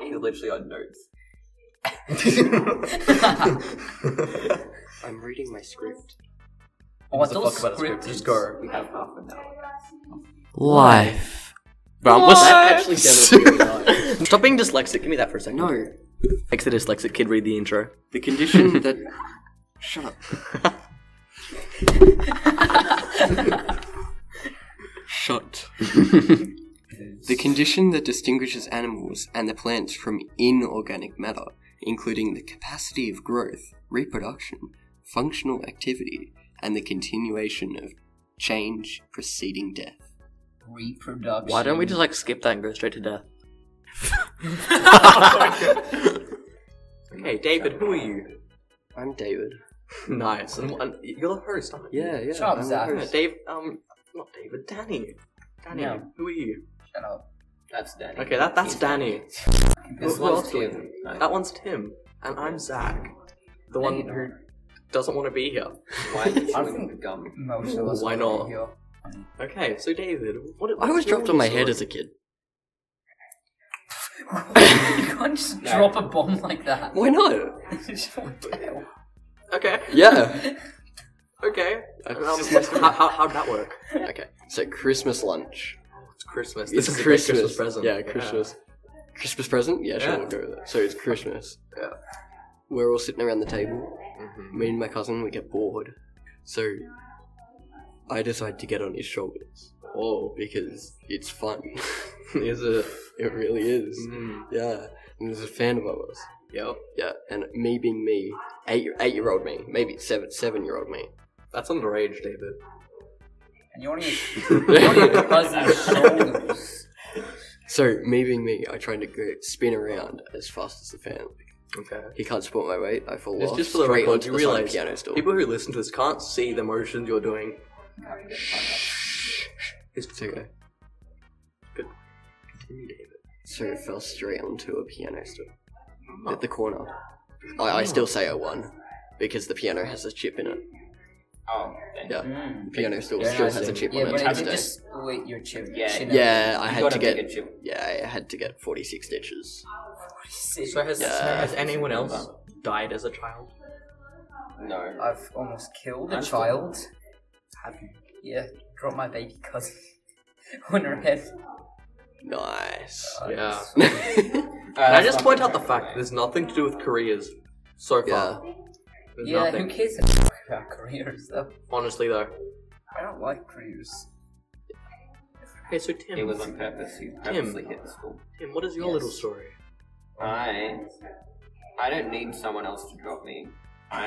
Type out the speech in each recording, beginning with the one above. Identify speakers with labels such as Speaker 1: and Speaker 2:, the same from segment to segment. Speaker 1: He's literally on notes.
Speaker 2: I'm reading my script.
Speaker 1: What
Speaker 3: the
Speaker 1: the
Speaker 3: fuck
Speaker 1: fuck about a script?
Speaker 3: Just go.
Speaker 1: We have half an hour.
Speaker 2: Life.
Speaker 4: Rumpus.
Speaker 2: That actually sounded really nice.
Speaker 4: Stop being dyslexic. Give me that for a second.
Speaker 2: No,
Speaker 4: Makes the dyslexic kid read the intro.
Speaker 2: the condition that. Shut up. Shut. the condition that distinguishes animals and the plants from inorganic matter, including the capacity of growth, reproduction, functional activity, and the continuation of change preceding death.
Speaker 1: Reproduction.
Speaker 4: Why don't we just like skip that and go straight to death? okay, David, who are you?
Speaker 2: I'm David.
Speaker 4: Nice. And, and you're the host, aren't you?
Speaker 2: Yeah, yeah.
Speaker 1: Shut up,
Speaker 2: I'm
Speaker 1: Zach.
Speaker 2: the
Speaker 4: No,
Speaker 2: host.
Speaker 4: Dave. Um, not David. Danny. Danny.
Speaker 1: Yeah.
Speaker 4: Who are you?
Speaker 1: Shut up. That's Danny.
Speaker 4: Okay, that that's Danny.
Speaker 1: This
Speaker 4: Well,
Speaker 1: one's
Speaker 4: well,
Speaker 1: Tim.
Speaker 4: That one's Tim, and I'm Zach, the one
Speaker 1: you know.
Speaker 4: who doesn't want to be here.
Speaker 3: Why did you
Speaker 1: I
Speaker 3: win
Speaker 1: think-
Speaker 3: the gum?
Speaker 1: Most of us
Speaker 4: Why
Speaker 1: are
Speaker 4: not?
Speaker 1: here.
Speaker 4: Okay, so David, what? I was dropped on my head as a kid.
Speaker 1: you can't just drop a bomb like that.
Speaker 4: Why not?
Speaker 1: What the hell?
Speaker 4: Okay.
Speaker 2: Yeah.
Speaker 4: Okay. Um, how, how, how'd that work? Okay.
Speaker 2: So Christmas lunch.
Speaker 4: It's Christmas.
Speaker 2: It's
Speaker 4: This is a great
Speaker 2: Christmas.
Speaker 4: Christmas present.
Speaker 2: Yeah, Christmas. Christmas present? Yeah, sure,
Speaker 4: Yeah.
Speaker 2: we'll go with that. So it's Christmas.
Speaker 4: Yeah.
Speaker 2: We're all sitting around the table.
Speaker 4: Mhm.
Speaker 2: Me and my cousin, we get bored. So I decide to get on his shoulders. Oh, because it's fun. is it? It really is.
Speaker 4: Mm.
Speaker 2: Yeah. And there's a fan of ours.
Speaker 4: Yep.
Speaker 2: Yeah. And me being me, eight eight year old me, maybe seven seven year old me.
Speaker 4: That's underage, David.
Speaker 1: And you only your cousin's shoulders.
Speaker 2: So me being me, I try to go spin around as fast as the fan.
Speaker 4: Okay.
Speaker 2: He can't support my weight. I fall
Speaker 4: It's
Speaker 2: off.
Speaker 4: just for the
Speaker 2: straight
Speaker 4: record,
Speaker 2: onto
Speaker 4: you
Speaker 2: the side of the
Speaker 4: realise
Speaker 2: piano stool.
Speaker 4: People who listen to this can't see the motions you're doing.
Speaker 2: It's okay.
Speaker 4: Good.
Speaker 2: Continue, David. So it fell straight onto a piano stool at the corner. I, I still say I won because the piano has a chip in it.
Speaker 3: Oh, then.
Speaker 2: Yeah,
Speaker 1: Mm.
Speaker 2: the piano still
Speaker 1: Very
Speaker 2: still
Speaker 1: nice.
Speaker 2: has a chip
Speaker 1: Yeah,
Speaker 2: on
Speaker 1: but
Speaker 2: it
Speaker 1: it
Speaker 2: to
Speaker 1: did
Speaker 2: today.
Speaker 1: just split your chin.
Speaker 3: Yeah.
Speaker 1: chin out.
Speaker 2: Yeah, I
Speaker 3: You
Speaker 2: had
Speaker 3: got
Speaker 2: to
Speaker 3: a
Speaker 2: get
Speaker 3: bigger chip.
Speaker 2: yeah, I had to get forty six stitches.
Speaker 1: Sick.
Speaker 4: So has,
Speaker 2: Yeah.
Speaker 4: has anyone else died as a child?
Speaker 3: No.
Speaker 1: I've almost killed a
Speaker 4: I'm still-
Speaker 1: child.
Speaker 4: Have you?
Speaker 1: Yeah, dropped my baby cousin on her head.
Speaker 2: Nice.
Speaker 1: Uh,
Speaker 4: Yeah.
Speaker 1: it's-
Speaker 4: Can I just point out the fact that there's nothing to do with careers so far.
Speaker 2: Yeah.
Speaker 4: There's
Speaker 1: Yeah,
Speaker 4: nothing.
Speaker 1: who cares about careers though?
Speaker 4: Honestly, though.
Speaker 1: I don't like careers.
Speaker 4: Okay, so Tim,
Speaker 3: It was on purpose. You purposely hit the school.
Speaker 4: Tim, what is your
Speaker 1: Yes.
Speaker 4: little story?
Speaker 3: I. I don't need someone else to drop me. I.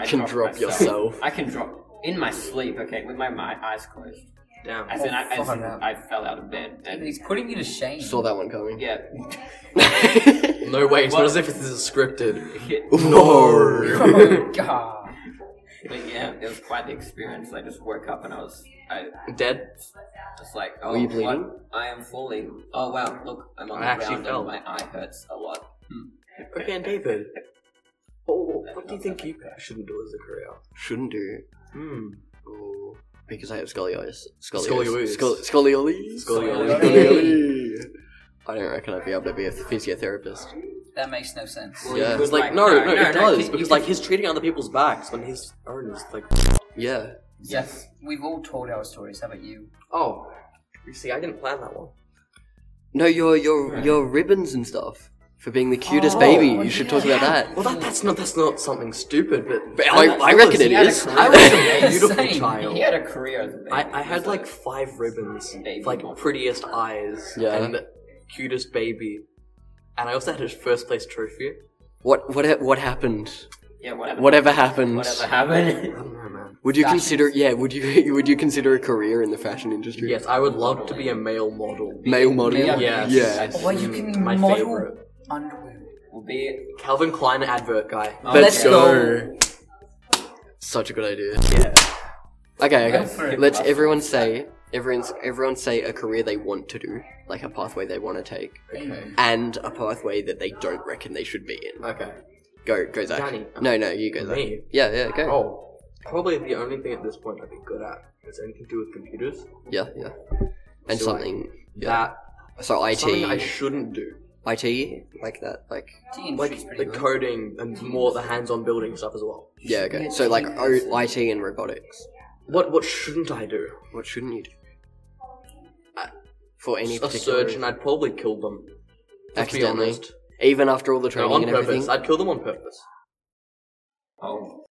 Speaker 3: I
Speaker 2: Can drop
Speaker 3: myself.
Speaker 2: yourself.
Speaker 3: I can drop in my sleep. Okay, with my, my eyes closed.
Speaker 4: Damn.
Speaker 3: As in, I, as
Speaker 1: fuck
Speaker 3: in,
Speaker 1: that.
Speaker 3: I fell out of bed
Speaker 1: But
Speaker 3: and
Speaker 1: He's putting you to shame.
Speaker 2: Saw that one coming.
Speaker 3: yeah.
Speaker 4: No way. It's not
Speaker 3: What?
Speaker 4: as if this is scripted.
Speaker 2: no.
Speaker 1: Oh god.
Speaker 3: But yeah, it was quite the experience. I just woke up and I was I
Speaker 4: Dead.
Speaker 3: just like, oh,
Speaker 2: Were you
Speaker 3: what?
Speaker 2: bleeding?
Speaker 3: I am falling. Oh wow, look, I'm on
Speaker 4: I
Speaker 3: the
Speaker 4: actually
Speaker 3: ground
Speaker 4: fell.
Speaker 3: and my eye hurts a lot.
Speaker 4: Okay, and David. Oh, what do you think you shouldn't do as a career?
Speaker 2: Shouldn't do.
Speaker 4: Hmm.
Speaker 2: Oh, because I have scoliosis. Scoliosis.
Speaker 4: Scoliosis.
Speaker 2: Scol- Scoliosis.
Speaker 4: Scoliosis.
Speaker 2: Scoliosis. I don't reckon I'd be able to be a physiotherapist.
Speaker 1: That makes no sense.
Speaker 3: Well,
Speaker 2: Yeah.
Speaker 3: you
Speaker 4: It's
Speaker 3: would
Speaker 4: like no, no,
Speaker 3: no,
Speaker 4: it does
Speaker 3: you-
Speaker 4: because
Speaker 3: you
Speaker 4: like he's treating other people's backs when his own is like.
Speaker 2: Yeah.
Speaker 1: Yes. We've all told our stories, how about you?
Speaker 4: Oh, you see, I didn't plan that one.
Speaker 2: No, your your your ribbons and stuff for being the cutest baby.
Speaker 4: Oh,
Speaker 2: You should talk about that.
Speaker 4: Well, that, that's not that's not something stupid, but
Speaker 2: But I, I reckon it
Speaker 3: he had a
Speaker 2: is.
Speaker 3: career.
Speaker 4: I was a beautiful
Speaker 1: Same.
Speaker 3: can-
Speaker 4: child.
Speaker 3: He had a career as a baby.
Speaker 4: I, I had
Speaker 3: He was
Speaker 4: like five ribbons,
Speaker 3: Baby
Speaker 4: like
Speaker 3: model.
Speaker 4: prettiest eyes,
Speaker 2: Yeah.
Speaker 4: and cutest baby, and I also had his first place trophy.
Speaker 2: what what ha- what happened?
Speaker 3: yeah, whatever.
Speaker 2: Whatever happened.
Speaker 3: Whatever
Speaker 4: I
Speaker 3: happened.
Speaker 4: don't know, Oh, man.
Speaker 2: Would you consider? Yeah. Would you would you consider a career in the fashion industry?
Speaker 4: Yes, I would love to be a male model.
Speaker 2: Male model.
Speaker 1: Male-
Speaker 4: Yes.
Speaker 2: Yeah.
Speaker 1: Or you
Speaker 4: Mm,
Speaker 1: can
Speaker 4: my
Speaker 1: model
Speaker 4: favorite.
Speaker 1: underwear.
Speaker 3: Will be
Speaker 4: Calvin Klein advert guy.
Speaker 2: Oh,
Speaker 1: Let's go.
Speaker 2: Such a good idea. Okay,
Speaker 1: Go for
Speaker 2: okay.
Speaker 1: it.
Speaker 2: Let's everyone say everyone's everyone say a career they want to do, like a pathway they want to take,
Speaker 1: Okay.
Speaker 2: and a pathway that they don't reckon they should be in.
Speaker 4: Okay.
Speaker 2: Go, go, Zach.
Speaker 4: Danny.
Speaker 2: No, no, you go, Zach.
Speaker 4: Me?
Speaker 2: Yeah, yeah, go.
Speaker 4: Oh, probably the only thing at this point I'd be good at is anything to do with computers.
Speaker 2: Yeah, yeah. And
Speaker 4: So, like,
Speaker 2: something. Yeah.
Speaker 4: That
Speaker 2: so IT.
Speaker 4: something I shouldn't do.
Speaker 2: IT, like that, like
Speaker 1: Tea industry's
Speaker 4: Like
Speaker 1: pretty
Speaker 4: the
Speaker 1: good.
Speaker 4: coding and more the hands-on building stuff as well.
Speaker 2: yeah, okay. So like o- IT and robotics.
Speaker 4: What what shouldn't I do?
Speaker 2: What shouldn't you do? Uh, For any
Speaker 4: a
Speaker 2: particular
Speaker 4: surgeon, I'd probably kill them. Let's be
Speaker 2: Accidentally?
Speaker 4: honest.
Speaker 2: even after all the training
Speaker 4: No, on
Speaker 2: and
Speaker 4: purpose.
Speaker 2: everything.
Speaker 4: I'd kill them on purpose.
Speaker 3: Oh,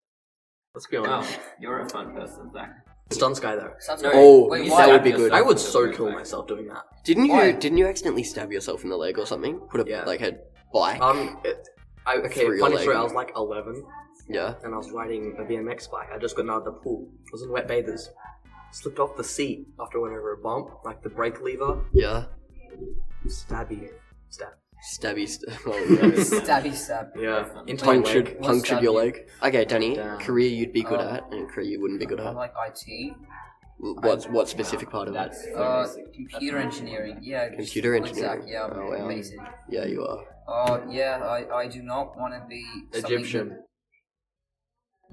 Speaker 4: Let's be
Speaker 3: wow.
Speaker 4: honest.
Speaker 3: You're a fun person, Zach.
Speaker 4: Stun Sky though.
Speaker 1: Sounds
Speaker 3: No,
Speaker 1: good.
Speaker 2: Oh,
Speaker 1: Wait,
Speaker 3: you
Speaker 1: why?
Speaker 2: that would be
Speaker 3: Stab
Speaker 2: good.
Speaker 3: yourself.
Speaker 4: I would so kill myself doing that.
Speaker 2: Didn't you?
Speaker 1: Why?
Speaker 2: Didn't you accidentally stab yourself in the leg or something? Put a
Speaker 4: Yeah.
Speaker 2: like a bike.
Speaker 4: Um, it, I, okay,
Speaker 2: Through your
Speaker 4: funny
Speaker 2: leg.
Speaker 4: story. I was like 11,
Speaker 2: yeah.
Speaker 4: and I was riding a BMX bike. I just got out of the pool. I was in wet bathers. Slipped off the seat after I went over a bump, like the brake lever.
Speaker 2: Yeah.
Speaker 4: Stabby, stab.
Speaker 2: Stabby. St- well, yeah.
Speaker 1: Stabby stab.
Speaker 4: Yeah, into my leg.
Speaker 2: punctured.
Speaker 1: What's
Speaker 2: Punctured
Speaker 1: that
Speaker 2: your
Speaker 1: mean?
Speaker 2: leg. Okay, Danny.
Speaker 4: Damn.
Speaker 2: Career you'd be good
Speaker 1: Um,
Speaker 2: at, and career you wouldn't be good
Speaker 1: I
Speaker 2: at.
Speaker 1: like IT.
Speaker 2: What? What specific part of that?
Speaker 3: That's
Speaker 1: Uh,
Speaker 3: so basic.
Speaker 1: computer engineering. Yeah. just
Speaker 2: Computer
Speaker 1: like
Speaker 2: engineering.
Speaker 1: Zach, Yeah.
Speaker 2: Oh, wow.
Speaker 1: Amazing.
Speaker 2: Yeah, you are.
Speaker 1: Uh, yeah. I, I do not want to be something-
Speaker 4: Egyptian.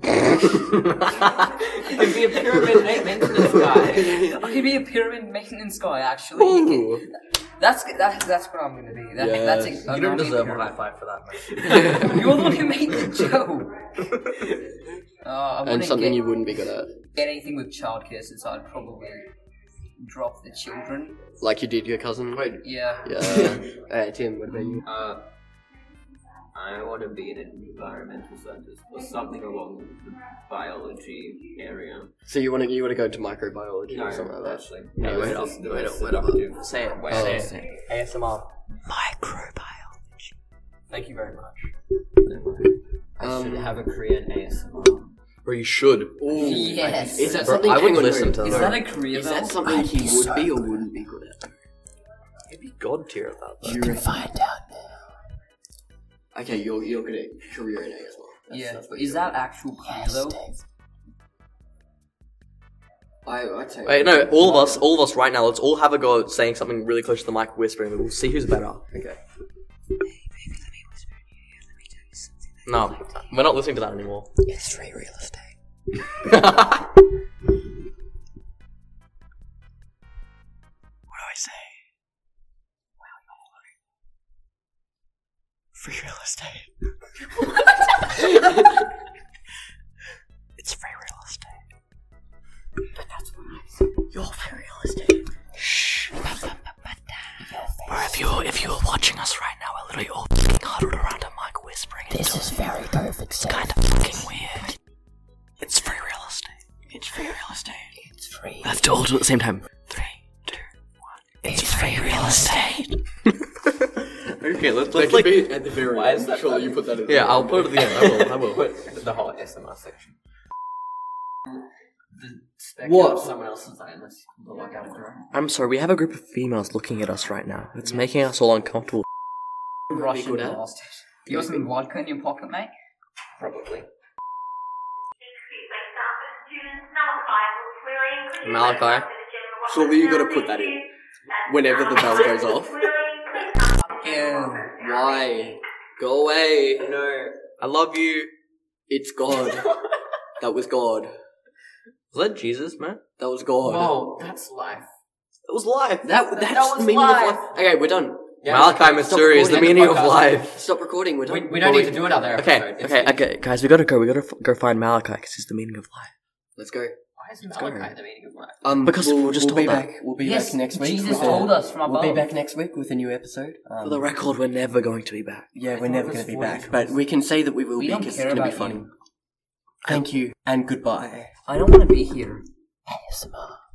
Speaker 3: You could be a pyramid maintenance guy.
Speaker 1: I could be a pyramid maintenance guy. Actually,
Speaker 4: Ooh,
Speaker 1: that's that, that's what I'm gonna be. That, That's
Speaker 2: Yes.
Speaker 1: a,
Speaker 4: you
Speaker 1: an
Speaker 4: don't
Speaker 1: army
Speaker 4: deserve a
Speaker 1: pyramid.
Speaker 4: high five for that.
Speaker 1: You're the one who made the joke. Uh, I
Speaker 2: And
Speaker 1: wouldn't
Speaker 2: something
Speaker 1: get,
Speaker 2: you wouldn't be good at,
Speaker 1: get anything with childcare since I'd probably drop the children.
Speaker 2: like you did your cousin. Wait.
Speaker 1: Yeah.
Speaker 2: Yeah. hey, Tim. What about you?
Speaker 3: Uh, I want to be an environmental scientist or something along the biology area.
Speaker 2: So you want to you want to go into microbiology
Speaker 3: No,
Speaker 2: or something like that?
Speaker 3: actually.
Speaker 2: Yeah,
Speaker 3: No,
Speaker 2: wait
Speaker 3: it's
Speaker 2: up,
Speaker 3: just the
Speaker 2: wait
Speaker 3: most
Speaker 2: up, wait up.
Speaker 3: seductive.
Speaker 4: Say it.
Speaker 3: Wait,
Speaker 2: Oh.
Speaker 4: say it. ASMR.
Speaker 2: Microbiology.
Speaker 4: Thank you very much.
Speaker 3: I
Speaker 2: Um,
Speaker 3: should have a career in ASMR.
Speaker 4: Or you should.
Speaker 1: Yes.
Speaker 2: Is that
Speaker 4: Bro,
Speaker 2: something
Speaker 4: I would
Speaker 2: hang on,
Speaker 4: listen
Speaker 2: wait.
Speaker 4: to
Speaker 1: Is
Speaker 4: them.
Speaker 1: that a career?
Speaker 2: Is that
Speaker 1: though?
Speaker 2: something he would be or wouldn't be good at?
Speaker 4: Maybe God tier of that.
Speaker 2: You can find out now. Okay, you're you're good at career in ASMR.
Speaker 1: Yeah. is that actual career though?
Speaker 2: I I tell you.
Speaker 4: Wait, no, all of us, all of us right now, let's all have a go at saying something really close to the mic, whispering, and we'll see who's better.
Speaker 2: Okay.
Speaker 4: No, we're not listening to that anymore.
Speaker 2: It's free real estate.
Speaker 4: what do I say? Free real estate. it's free real estate. But that's what I said. You're free real estate. Shh. Or if you if you were watching us right now, we're literally all huddled around a mic whispering. This is very perfect. It's kind of fucking weird. It's free real estate. It's free real estate. It's free. I have to all do it at the same time. Three, two, one. It's, free real estate. okay, let's let's like.
Speaker 2: at the very
Speaker 3: Why is that
Speaker 2: Surely
Speaker 3: funny?
Speaker 2: you put that in.
Speaker 4: Yeah, I'll put it at the end. I will. I will.
Speaker 3: Put the whole ASMR section. The spectrum
Speaker 2: What?
Speaker 3: of someone else's eyeless. Look like I'm drawing.
Speaker 4: I'm sorry. We have a group of females looking at us right now. It's making us all uncomfortable.
Speaker 1: Russian
Speaker 2: good at?
Speaker 1: bastard. You got some vodka in your pocket, mate?
Speaker 3: Probably.
Speaker 4: Malachi?
Speaker 5: Surely you gotta put that in. Whenever the bell goes off.
Speaker 1: Yeah.
Speaker 2: Why? Go away.
Speaker 4: No, I love you.
Speaker 2: It's God. that was God.
Speaker 4: Was that Jesus, man?
Speaker 2: That was God.
Speaker 3: Whoa, that's life.
Speaker 4: That was life.
Speaker 2: That that's
Speaker 3: was
Speaker 2: the meaning
Speaker 3: life.
Speaker 2: of life. Okay, we're done.
Speaker 4: Malachi Mystery is the meaning of
Speaker 3: podcast.
Speaker 4: life.
Speaker 2: Stop recording. We're done.
Speaker 3: We, we don't need to do another
Speaker 4: Okay,
Speaker 3: episode. It's-
Speaker 4: okay, okay, guys, we gotta go. We gotta f- go find Malachi because he's the meaning of life.
Speaker 2: Let's go.
Speaker 3: Why is Malachi the meaning of life?
Speaker 2: Um,
Speaker 4: Because
Speaker 2: we'll,
Speaker 4: we were just
Speaker 2: we'll be
Speaker 4: told that.
Speaker 2: back. We'll be
Speaker 1: Yes,
Speaker 2: back next week.
Speaker 1: Jesus
Speaker 2: with a-
Speaker 1: told us from
Speaker 2: We'll be
Speaker 1: above.
Speaker 2: back next week with a new episode. Um,
Speaker 4: For the record, we're never going to be back.
Speaker 2: yeah, we're never going to be back,
Speaker 3: forty
Speaker 2: but we can say that we will
Speaker 1: We
Speaker 2: be
Speaker 1: don't
Speaker 2: 'cause it's
Speaker 1: care
Speaker 2: going to be
Speaker 1: about
Speaker 2: funny.
Speaker 1: you.
Speaker 2: Thank you and goodbye.
Speaker 1: I don't want to be here.
Speaker 2: ASMR.